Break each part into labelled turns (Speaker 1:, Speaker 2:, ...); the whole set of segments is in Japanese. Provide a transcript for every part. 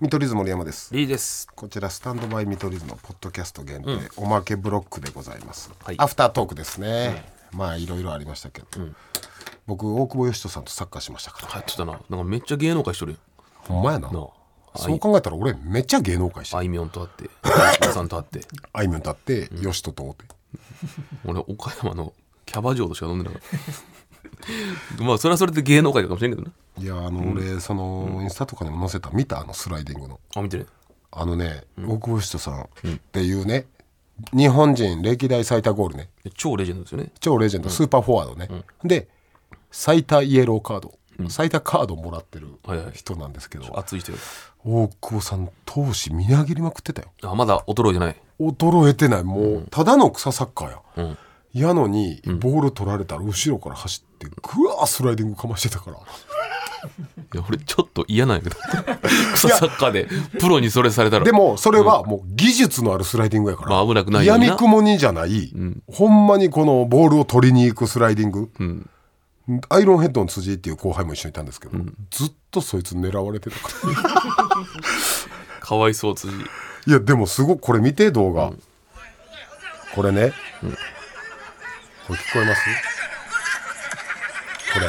Speaker 1: 見取り図森山です
Speaker 2: リーです。
Speaker 1: こちらスタンドバイ見取り図のポッドキャスト限定、おまけブロックでございます、
Speaker 2: はい
Speaker 1: アフタートークですね、まあいろいろありましたけど、僕大久保嘉人さんとサッカーしましたから、
Speaker 2: 入ってたな。なんかめっちゃ芸能界しとる
Speaker 1: ほんまやな
Speaker 2: やん。なあ。
Speaker 1: そう考えたら俺めっちゃ芸能界してる
Speaker 2: あいみょんと会って、大島さんと会って、
Speaker 1: あいみょんだって嘉人と会って
Speaker 2: 俺、岡山のキャバ嬢としか飲んでなかった。 まあ、それはそれで芸能界かもしれんけどね。
Speaker 1: いやあの俺そのインスタとかにも載せた見たあのスライディングの
Speaker 2: あ、見てね。
Speaker 1: あのね大久保嘉人さんっていうね日本人歴代最多ゴールね
Speaker 2: 超レジェンドですよね。
Speaker 1: 超レジェンドスーパーフォワードねで最多イエローカード最多カードもらってる
Speaker 2: はいはい
Speaker 1: 人なんですけど
Speaker 2: 熱い人よ。
Speaker 1: 大久保さん闘志みなぎりまくってたよ
Speaker 2: あ、まだ衰えてない。
Speaker 1: 衰えてないもうただの草サッカーや
Speaker 2: うん。
Speaker 1: やのにボール取られたら後ろから走ってグワースライディングかましてたから
Speaker 2: いや、俺、ちょっと嫌なんやけど。 草サッカーで、プロにそれされたら。
Speaker 1: で もそれはもう技術のあるスライディングやから、
Speaker 2: まあ危なくないよ
Speaker 1: や
Speaker 2: うに
Speaker 1: み
Speaker 2: な
Speaker 1: くもにじゃない、ほんまにこのボールを取りに行くスライディング、
Speaker 2: ん
Speaker 1: アイロンヘッドの辻井っていう後輩も一緒にいたんですけど、ずっとそいつ狙われてたから
Speaker 2: かわいそう、辻。
Speaker 1: いやでもすごくこれ見て動画、これね、これ聞こえますこれ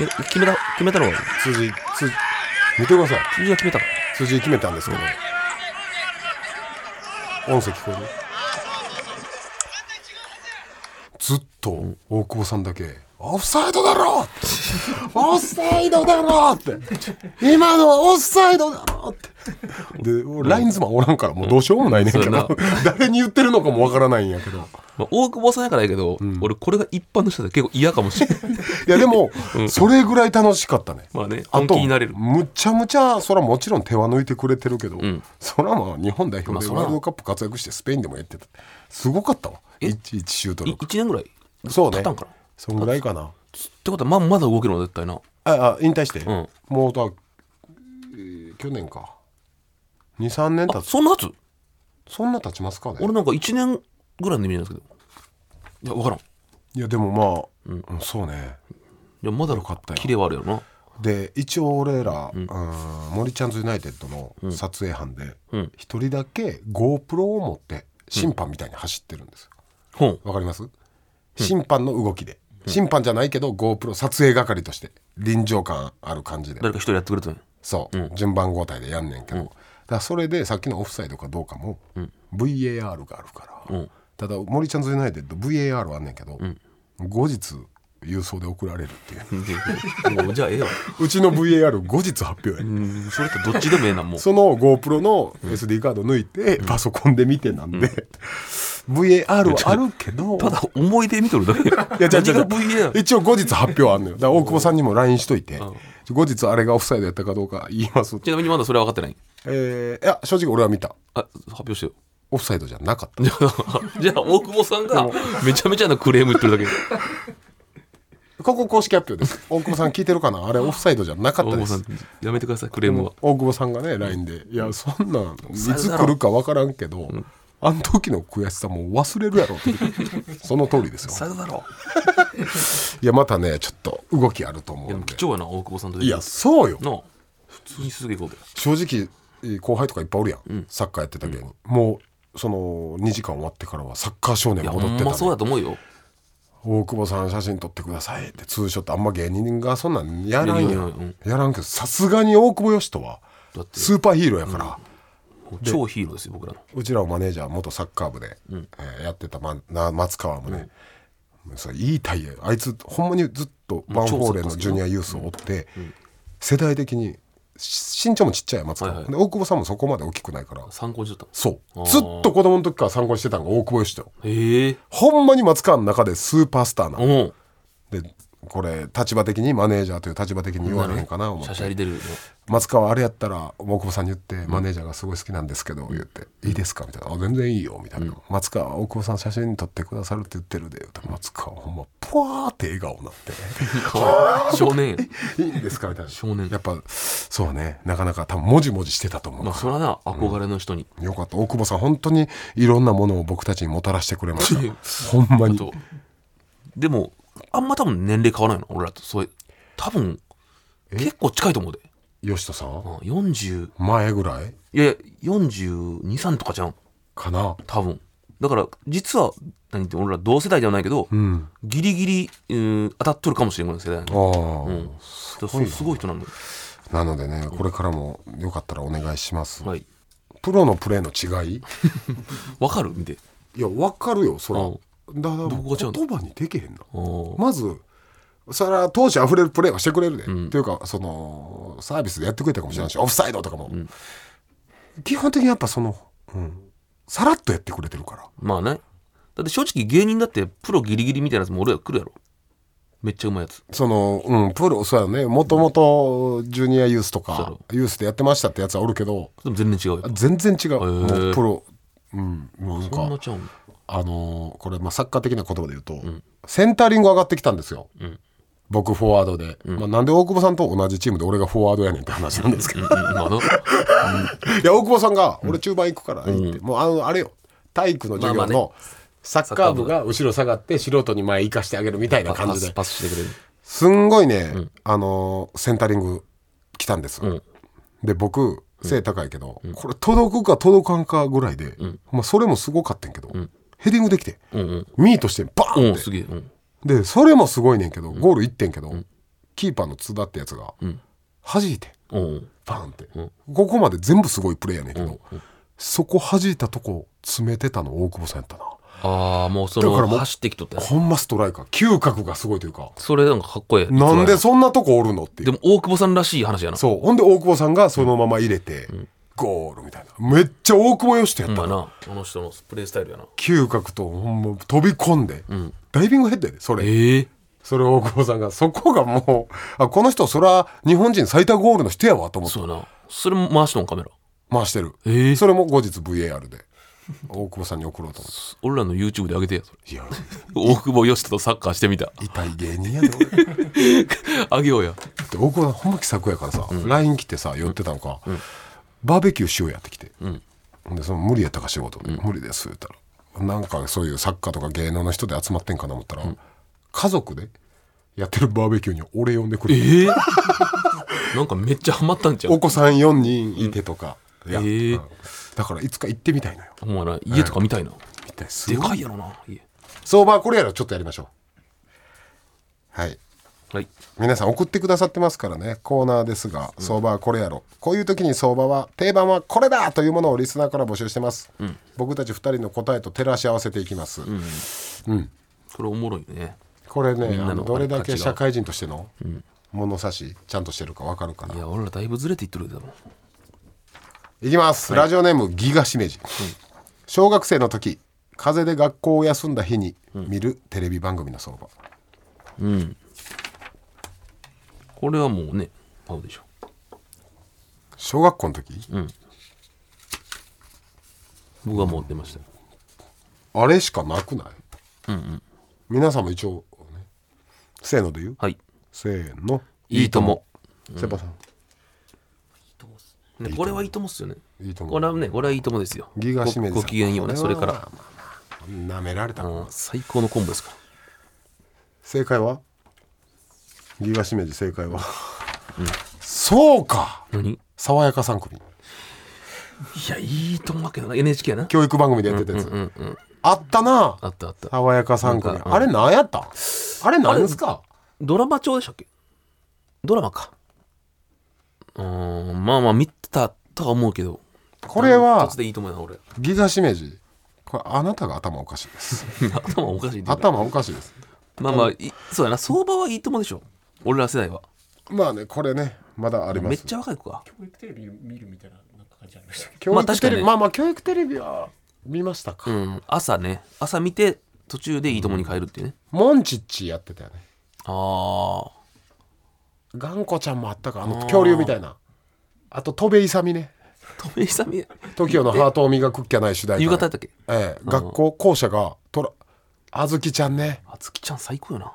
Speaker 2: え、決めた、決めたのは
Speaker 1: 辻井辻井見てください
Speaker 2: 辻が決めたの
Speaker 1: 辻井決めたんですけど、音声聞こえるずっと大久保さんだけ「オフサイドだろ!」って「オフサイドだろ!」って「今のはオフサイドだろ!」ってでラインズマンおらんからもうどうしようもないねんけ
Speaker 2: そう
Speaker 1: ど
Speaker 2: や
Speaker 1: 誰に言ってるのかもわからないんやけど
Speaker 2: まあ、大久保さんやからやけど、俺、これが一般の人だったら結構嫌かもしれない。
Speaker 1: いやでもそれぐらい楽しかったね
Speaker 2: まあね、
Speaker 1: あ
Speaker 2: 本気
Speaker 1: と
Speaker 2: になれる。
Speaker 1: むちゃむちゃそらもちろん手は抜いてくれてるけど、
Speaker 2: ん
Speaker 1: そらまあ日本代
Speaker 2: まあ
Speaker 1: 表で
Speaker 2: そ
Speaker 1: ワ
Speaker 2: ら
Speaker 1: ールドカップ活躍してスペインでもやってたすごかったわ
Speaker 2: え
Speaker 1: 一一シュート
Speaker 2: い
Speaker 1: 力
Speaker 2: 一年ぐらい
Speaker 1: そうね
Speaker 2: 経ったんかなっ
Speaker 1: そんぐらいかな
Speaker 2: てことはまあまだ動けるの絶対な
Speaker 1: ああ引退して、
Speaker 2: ん
Speaker 1: もうだ、えー去年か23年経
Speaker 2: あ
Speaker 1: つ
Speaker 2: そんなやつ
Speaker 1: そんな経ちますかね
Speaker 2: 俺なんか1年ぐらいのイメージなんですけどいや分からんい
Speaker 1: いやでもまあ、うんそうね
Speaker 2: やまだ
Speaker 1: よかったよ
Speaker 2: キレはあるやろな
Speaker 1: で一応俺ら、うん、森ちゃんズユナイテッドの撮影班で
Speaker 2: うん
Speaker 1: 一、人だけ GoPro を持って審判みたいに走ってるんですよ、
Speaker 2: ほん
Speaker 1: わかります審判の動きで、審判じゃないけど GoPro 撮影係として臨場感ある感じで
Speaker 2: 誰か一人やってくれたんや
Speaker 1: そう、順番交代でやんねんけど、だからそれでさっきのオフサイドかどうかも、VAR があるから、
Speaker 2: うん
Speaker 1: ただ森ちゃんズユナイテッド VAR はあんねんけど、後日郵送で送られるっていう
Speaker 2: でもうじゃあええわ
Speaker 1: うちの VAR 後日発表やねん
Speaker 2: うんそれってどっちでもええなもう
Speaker 1: その GoPro の SD カード抜いて、パソコンで見てなんで、VAR はあるけど
Speaker 2: ただ思い出見とるだけ
Speaker 1: いや、じゃ
Speaker 2: 何が VAR
Speaker 1: 一応後日発表あんのよ。だから大久保さんにも LINE しといて、後日あれがオフサイドやったかどうか言いますって。
Speaker 2: ちなみにまだそれは分かってない
Speaker 1: えーいや、正直俺は見た。
Speaker 2: あ発 表してよ
Speaker 1: オフサイドじゃなかった。
Speaker 2: じゃあ大久保さんがめちゃめちゃなクレーム言ってるだけ
Speaker 1: ここ公式発表です。大久保さん聞いてるかなあれオフサイドじゃなかっ
Speaker 2: 大
Speaker 1: たで
Speaker 2: 久保さ
Speaker 1: す
Speaker 2: ん。やめてくださいクレームは
Speaker 1: 大久保さんがね、LINE で。いや、そんなん、い
Speaker 2: サイド
Speaker 1: つ
Speaker 2: だろ
Speaker 1: 来るかわからんけど、あの時の悔しさもう忘れるやろって。 その通りですよ。
Speaker 2: さよだろ
Speaker 1: いや、またね、ちょっと動きあると
Speaker 2: いや
Speaker 1: 思
Speaker 2: で
Speaker 1: うん
Speaker 2: も
Speaker 1: で
Speaker 2: 貴。重やな大久保さんと
Speaker 1: いや、そうよ。
Speaker 2: なあ普通にすぐ行こうぜ
Speaker 1: 正直えー後輩とかいっぱいおるやん、サッカーやってた芸人、もうその2時間終わってからはサッカー少年
Speaker 2: いや
Speaker 1: 戻
Speaker 2: ほ
Speaker 1: ってたね、
Speaker 2: んまそうだと思うよ
Speaker 1: 大久保さん写真撮ってくださいってツーショットあんま芸人がそんなんやらん
Speaker 2: いやい
Speaker 1: や
Speaker 2: やいや
Speaker 1: んやらんけどさすがに大久保嘉人は
Speaker 2: だって
Speaker 1: スーパーヒーローやから、
Speaker 2: 超ヒーローですよ僕らの
Speaker 1: うちらのマネージャー元サッカー部で、えーやってた、ま、な松川もね、それいい体あいつほんまにずっとバンフォーレのジュニアユースを追って、世代的にし身長もちっちゃい松川、
Speaker 2: はいはい
Speaker 1: で大久保さんもそこまで大きくないから
Speaker 2: 参考にしとった
Speaker 1: そう。ずっと子供の時から参考にしてたのが大久保嘉人よ。
Speaker 2: へえ
Speaker 1: ほんまに松川の中でスーパースターなの。
Speaker 2: お
Speaker 1: で、これ、立場的にマネージャーという立場的に言われへんかな、
Speaker 2: お
Speaker 1: 思
Speaker 2: しゃ
Speaker 1: っ
Speaker 2: しゃ
Speaker 1: て。
Speaker 2: り出るね
Speaker 1: 松川あれやったら、大久保さんに言って、マネージャーがすごい好きなんですけど、言って、いいですかみたいな。あ、全然いいよ、みたいな。松川は大久保さん写真撮ってくださるって言ってるで、言うと松川はほんま、ぽわーって笑顔になって、
Speaker 2: かわいい少年や
Speaker 1: いいんですかみたいな。
Speaker 2: 少年
Speaker 1: やっぱ、そうね、なかなか多分、もじもじしてたと思う
Speaker 2: まあ。それはな憧れの人に
Speaker 1: よかった大久保さん本当にいろんなものを僕たちにもたらしてくれましたほんまに
Speaker 2: とでもあんま多分年齢変わらないの俺らとそれ多分結構近いと思うで
Speaker 1: 吉田さん
Speaker 2: うん40
Speaker 1: 前ぐらい
Speaker 2: いやいや423とかじゃん
Speaker 1: かな
Speaker 2: 多分だから実は何って俺ら同世代ではないけど、
Speaker 1: うん
Speaker 2: ギリギリ、うん、当たっとるかもしれない世代
Speaker 1: あ
Speaker 2: なの
Speaker 1: あ、
Speaker 2: うん、すごいすごい人なんだよ
Speaker 1: なのでねこれからもよかったらお願いします、
Speaker 2: はい
Speaker 1: プロのプレーの違い
Speaker 2: わかる見て
Speaker 1: いや分かるよそら、
Speaker 2: うん
Speaker 1: だから
Speaker 2: こが違うの
Speaker 1: 言葉にできへんな
Speaker 2: おー
Speaker 1: まずそれは当時溢れるプレーはしてくれるで、
Speaker 2: ん
Speaker 1: っていうかそのサービスでやってくれたかもしれないし、オフサイドとかも、基本的にやっぱその、うん、さらっとやってくれてるから
Speaker 2: まあねだって正直芸人だってプロギリギリみたいなやつも俺ら来るやろめっちゃうまいやつ
Speaker 1: その、うん、プロそうやねもともとジュニアユースとかユースでやってましたってやつはおるけど
Speaker 2: でも全然違うよ
Speaker 1: 全然違う、
Speaker 2: ー
Speaker 1: もうプロ、うん、もうなん
Speaker 2: そん
Speaker 1: か
Speaker 2: なちゃうんだ
Speaker 1: あのーこれまあサッカー的な言葉で言うと、センタリング上がってきたんですよ、
Speaker 2: ん
Speaker 1: 僕フォワードで、まあ、なんで大久保さんと同じチームで俺がフォワードやねんって話なんですけど
Speaker 2: うんうんまだ
Speaker 1: いや大久保さんが「俺中盤行くから」って言って、もうあのあれよ体育の授業
Speaker 2: まあま
Speaker 1: のサッカー部が後ろ下がって素人に前行かしてあげるみたいな感
Speaker 2: パ
Speaker 1: じ
Speaker 2: ス
Speaker 1: で
Speaker 2: パスしてくれる
Speaker 1: すんごいね、あのーセンタリング来たんです、
Speaker 2: ん
Speaker 1: で僕背高いけど、これ届くか届かんかぐらいで、まあ、それもすごかったんけど、ヘディングできて、
Speaker 2: うん
Speaker 1: ミートしてバーンって
Speaker 2: うん、うん、すげえ、うん、
Speaker 1: でそれもすごいねんけどゴールいってんけど、キーパーの津田ってやつが、弾いて
Speaker 2: うん
Speaker 1: バーンって、ここまで全部すごいプレーやねんけど、そこ弾いたとこ詰めてたの大久保さんやったな
Speaker 2: ああもうそ
Speaker 1: だからも
Speaker 2: の
Speaker 1: う
Speaker 2: 走ってきとったやつ
Speaker 1: ほんまストライカー嗅覚がすごいというか
Speaker 2: それなんかかっこええ
Speaker 1: なんでそんなとこおるのっていう
Speaker 2: でも大久保さんらしい話やな
Speaker 1: そうほんで大久保さんがそのまま入れて、ゴールみたいなめっちゃ大久保よしとやった
Speaker 2: ま
Speaker 1: な
Speaker 2: あなあの人のプレイスタイルやな
Speaker 1: 嗅覚とほんま飛び込んで、ダイビングヘッドやでそれ
Speaker 2: ええ
Speaker 1: それを大久保さんがそこがもうあこの人それは日本人最多ゴールの人やわと思って
Speaker 2: そうやなそれも回しとんカメラ
Speaker 1: 回してる、
Speaker 2: ええ
Speaker 1: それも後日 VAR で大久保さんに送ろうと思っ
Speaker 2: 俺らの YouTube で上げてやそれ
Speaker 1: て いや
Speaker 2: 大久保嘉人とサッカーしてみた
Speaker 1: 痛い芸人やで俺だって
Speaker 2: あげようや
Speaker 1: 大久保さんほんま気さくやからさ LINE、来てさ寄ってたのか、バーベキューしようやってきて、でその無理やったか仕事、無理です言ったらなんかそういうサッカーとか芸能の人で集まってんかな思ったら、家族でやってるバーベキューに俺呼んでくれて
Speaker 2: ええ なんかめっちゃハマったんちゃ
Speaker 1: お
Speaker 2: う
Speaker 1: 子さん4人いてとか、いや
Speaker 2: えー
Speaker 1: うんだからいつか行ってみたいのよ
Speaker 2: ほんまな家とか見たいな、
Speaker 1: みたいす
Speaker 2: で
Speaker 1: ごい
Speaker 2: かいやろな家
Speaker 1: 相場はこれやらちょっとやりましょうはい
Speaker 2: はい
Speaker 1: 皆さん送ってくださってますからねコーナーですが相場はこれやろ、こういう時に相場は定番はこれだというものをリスナーから募集してます、僕たち2人の答えと照らし合わせていきます、
Speaker 2: これおもろいね
Speaker 1: これね
Speaker 2: なの
Speaker 1: あのどれだけ
Speaker 2: 価値が
Speaker 1: 社会人としての物差しちゃんとしてるか分かるかない
Speaker 2: や俺らだいぶずれていっとるだろ
Speaker 1: いきます、ラジオネームギガしめじ、小学生の時風邪で学校を休んだ日に見るテレビ番組の相場、
Speaker 2: これはもうね合うでしょ
Speaker 1: 小学校の時、
Speaker 2: 僕はもう出ましたよ
Speaker 1: あれしかなくない、皆さんも一応、ね、せーので言う
Speaker 2: はい
Speaker 1: せーの
Speaker 2: いいとも
Speaker 1: セパさん
Speaker 2: ねこれはいいともっすよね
Speaker 1: いいとも
Speaker 2: これはねこれはいいともですよ
Speaker 1: ギガしめじ
Speaker 2: ごご機嫌ようねそれか
Speaker 1: な
Speaker 2: ら
Speaker 1: 舐められたな
Speaker 2: うん最高のコンボですから
Speaker 1: 正解はギガしめじ正解は、そうか
Speaker 2: 何い
Speaker 1: 爽やか3組
Speaker 2: やいいともわけだな NHK やな
Speaker 1: 教育番組でやってたやつ、あったな
Speaker 2: あったあった
Speaker 1: 爽やか3組
Speaker 2: なんかうん
Speaker 1: あれ何やったあれ何ですか
Speaker 2: ドラマ調でしたっけドラマかうーんまあまあ見てたとは思うけど
Speaker 1: これ
Speaker 2: ダン
Speaker 1: は
Speaker 2: トツでいいと思うな俺
Speaker 1: ギガしめじこれあなたが頭おかしいです
Speaker 2: 頭おかしいっていうか
Speaker 1: 頭おかしいです
Speaker 2: まあまあいそうやな相場はいいともでしょ俺ら世代は
Speaker 1: まあねこれねまだありま
Speaker 2: めっ
Speaker 1: す
Speaker 2: ちゃ若い子か
Speaker 3: 教育テレビ見るみたいななんか感じありましたね。
Speaker 1: 教
Speaker 2: まあ
Speaker 1: 育テレ
Speaker 2: 確かに
Speaker 1: ビ
Speaker 2: ね
Speaker 1: まあまあ教育テレビは見ましたか、
Speaker 2: うん朝ね朝見て途中でいいともに帰るっていうね
Speaker 1: モンチッチやってたよね
Speaker 2: ああ
Speaker 1: 頑固ちゃんもあったかあの恐竜みたいなあと戸辺勇ね
Speaker 2: 飛びさみ
Speaker 1: TOKIO の「ハートを磨くっきゃない」主題歌
Speaker 2: 夕方やったっけ
Speaker 1: ええ学校校舎がトラあずきちゃんね
Speaker 2: あずきちゃん最高よな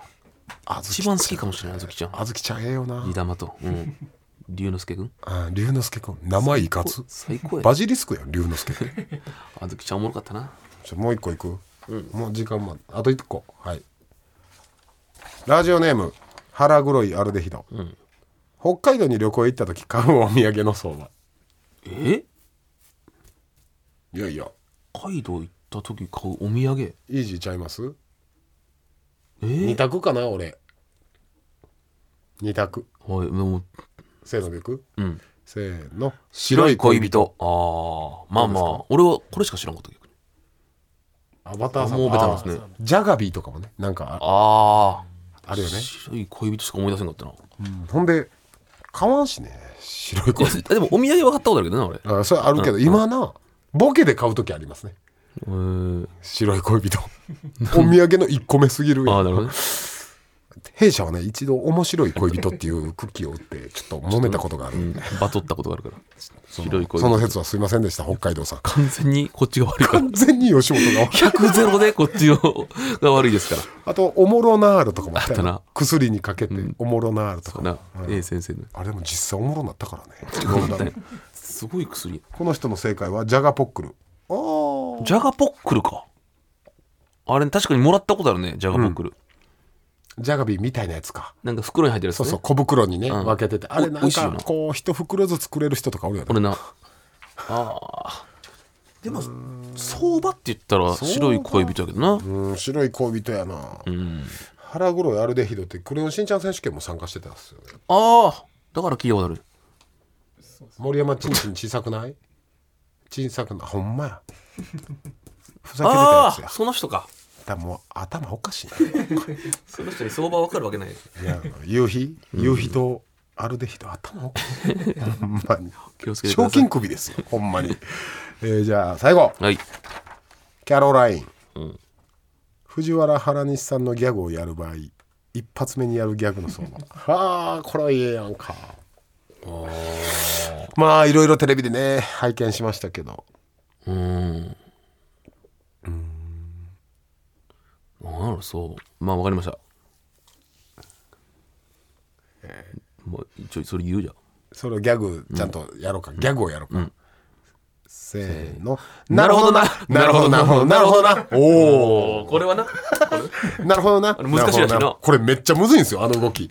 Speaker 1: あず
Speaker 2: 一
Speaker 1: き
Speaker 2: 番好きかもしれないあずきちゃん
Speaker 1: あずきちゃんええよな
Speaker 2: 飯玉と、うん、龍之介君
Speaker 1: うん龍之介くん名前いかつ
Speaker 2: 最高や
Speaker 1: バジリスクやん龍之介 って
Speaker 2: あずきちゃんおもろかったな
Speaker 1: ちょもう一個いく、もう時間もあと一個はいラジオネーム腹黒いアルデヒド、北海道に旅行行った時買うお土産の相場
Speaker 2: え
Speaker 1: いやいや
Speaker 2: 北海道行った時買うお土産
Speaker 1: イージーちゃいます
Speaker 2: え
Speaker 1: 二択かな俺二択
Speaker 2: はいでも
Speaker 1: せーのでいく
Speaker 2: うん
Speaker 1: せーの
Speaker 2: 白い恋人ああまあまあ俺はこれしか知らんかったけど
Speaker 1: アバターさん
Speaker 2: もうベタなんですね
Speaker 1: あジャガビーとかもねなんか
Speaker 2: あ
Speaker 1: ああるよ
Speaker 2: あ
Speaker 1: ね、
Speaker 2: 白い恋人しか思い出せんかったな
Speaker 1: うんほんで買わんしね白い
Speaker 2: い
Speaker 1: 恋
Speaker 2: や
Speaker 1: 人
Speaker 2: でもお土産は買ったことあるけどな俺へ
Speaker 1: あそれあるけど、今なボケで買う時ありますね
Speaker 2: ー
Speaker 1: 白い恋 人お土産の1個目すぎる
Speaker 2: あ
Speaker 1: や
Speaker 2: あ
Speaker 1: ん
Speaker 2: なるほどね
Speaker 1: 弊社はね一度面白い恋人っていうクッキーを売ってちょっと揉めたことがある
Speaker 2: うんバトったことがあるから白い恋
Speaker 1: その
Speaker 2: 人
Speaker 1: 説はすいませんでした北海道さん
Speaker 2: 完全にこっちが悪いから
Speaker 1: 完全に吉本が
Speaker 2: 100ゼロでこっちをが悪いですから
Speaker 1: あとおもろなーるとかもあったよ
Speaker 2: あったな
Speaker 1: 薬にかけておもろなーると
Speaker 2: そ
Speaker 1: か
Speaker 2: う
Speaker 1: も
Speaker 2: な A 先生の
Speaker 1: あれも実際おもろなったからね
Speaker 2: 本当にすごい薬
Speaker 1: この人の正解はジャガポックルああ
Speaker 2: ジャガポックルかあれ確かにもらったことあるねジャガポックル、
Speaker 1: ジャガビーみたいなやつか
Speaker 2: なんか袋に入ってるやつ、
Speaker 1: そ
Speaker 2: ね、
Speaker 1: うそう小袋にね
Speaker 2: ん
Speaker 1: 分けててあれ
Speaker 2: お
Speaker 1: なん
Speaker 2: 美味しいよ
Speaker 1: か
Speaker 2: な
Speaker 1: こう一袋ずつくれる人とかおるよ
Speaker 2: こ
Speaker 1: ね
Speaker 2: れなあーでも相場って言ったら白い恋人やけどな
Speaker 1: うん白い恋人やな
Speaker 2: うん
Speaker 1: 腹黒いアルデヒドってクレヨンしんちゃん選手権も参加してたんですよね
Speaker 2: ああだから聞いたことある
Speaker 1: 森山ちんちん小さくない小さくなほんまやふざけてたや
Speaker 2: あ
Speaker 1: つ
Speaker 2: あ
Speaker 1: や
Speaker 2: ーその人か
Speaker 1: だからもう頭おかしいな
Speaker 2: その人に相場わかるわけない
Speaker 1: いや夕日夕日とアルデヒド頭おかしいほんまに
Speaker 2: 気をつけてく
Speaker 1: 賞
Speaker 2: ださい
Speaker 1: 金首ですよほんまに、えーじゃあ最後
Speaker 2: はい
Speaker 1: キャロライン、
Speaker 2: ん
Speaker 1: 藤原原西さんのギャグをやる場合一発目にやるギャグの相 場はあこれはいいやんかまあいろいろテレビでね拝見しましたけど
Speaker 2: うーんなんやろそうまあわかりましたまあ一応それ言うじゃん
Speaker 1: それをギャグちゃんとやろうか、ギャグをやろうか、せーの
Speaker 2: なるほどな
Speaker 1: なるほどなるほどなるほどなおお
Speaker 2: おこれはな
Speaker 1: なるほどな。
Speaker 2: れ難しいらしいな
Speaker 1: るほどこれめっちゃむずいんですよ、あの動き。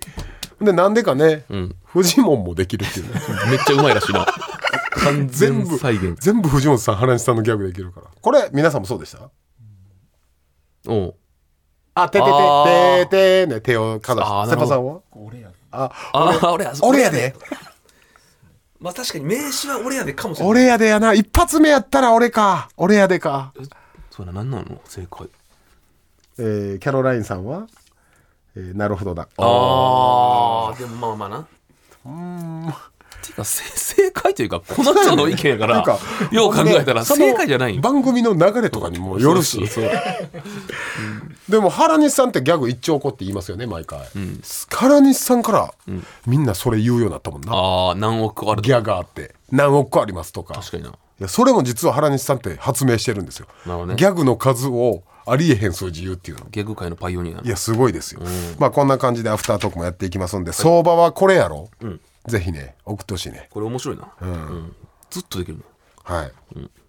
Speaker 1: で、なんでかね、フジモンもできるっていうね。
Speaker 2: めっちゃうまいらしい な完
Speaker 1: 全
Speaker 2: 全
Speaker 1: 部
Speaker 2: 再現、
Speaker 1: 全部フジモンさん、原西さんのギャグできるから。これ、皆さんもそうでした
Speaker 2: おう
Speaker 1: あ、てて
Speaker 2: あー
Speaker 1: て、ててね、手をかざ
Speaker 2: あー
Speaker 1: して。
Speaker 2: な
Speaker 1: セパ
Speaker 2: るほど
Speaker 1: さんは
Speaker 3: 俺やで
Speaker 1: あ、
Speaker 2: ああ俺や
Speaker 1: 俺やで
Speaker 2: まあ確かに名刺は俺やでかもしれない
Speaker 1: 俺やでやな。一発目やったら俺か。俺やでか。
Speaker 2: そうやな何なの正解
Speaker 1: えーキャロラインさんはえーなるほどだ。
Speaker 2: ああでもまあまあなうんていうかせ正解というかこの人の意見やか
Speaker 1: なん
Speaker 2: ら
Speaker 1: か
Speaker 2: よう考えたら
Speaker 1: その
Speaker 2: 正解じゃないよ
Speaker 1: 番組の流れとかにもよるし
Speaker 2: そうそう
Speaker 1: でも原西さんってギャグ一丁こって言いますよね毎回、原西さんからみんなそれ言うようになったもんな、
Speaker 2: ああ何億個ある
Speaker 1: ギャガーって何億個ありますとか
Speaker 2: 確かにない
Speaker 1: やそれも実は原西さんって発明してるんですよ、
Speaker 2: なるほどね
Speaker 1: ギャグの数をありえへん数字言うっていうの
Speaker 2: ギャグ界のパイオニア
Speaker 1: いやすごいですよ、まあこんな感じでアフタートークもやっていきますんで相場はこれやろ、ぜひね送ってほしいね
Speaker 2: これ面白いな、うんずっとできるな
Speaker 1: はい、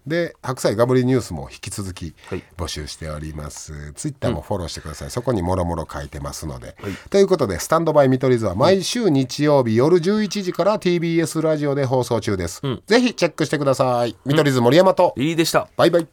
Speaker 1: で白菜ガブリニュースも引き続き
Speaker 2: はい
Speaker 1: 募集しております、ツイッターもフォローしてください、そこにもろもろ書いてますので、ということで「スタンドバイ見取り図」は毎週日曜日夜11時から TBS ラジオで放送中です、ぜひチェックしてください見取り図森山と、
Speaker 2: リリーでした
Speaker 1: バイバイ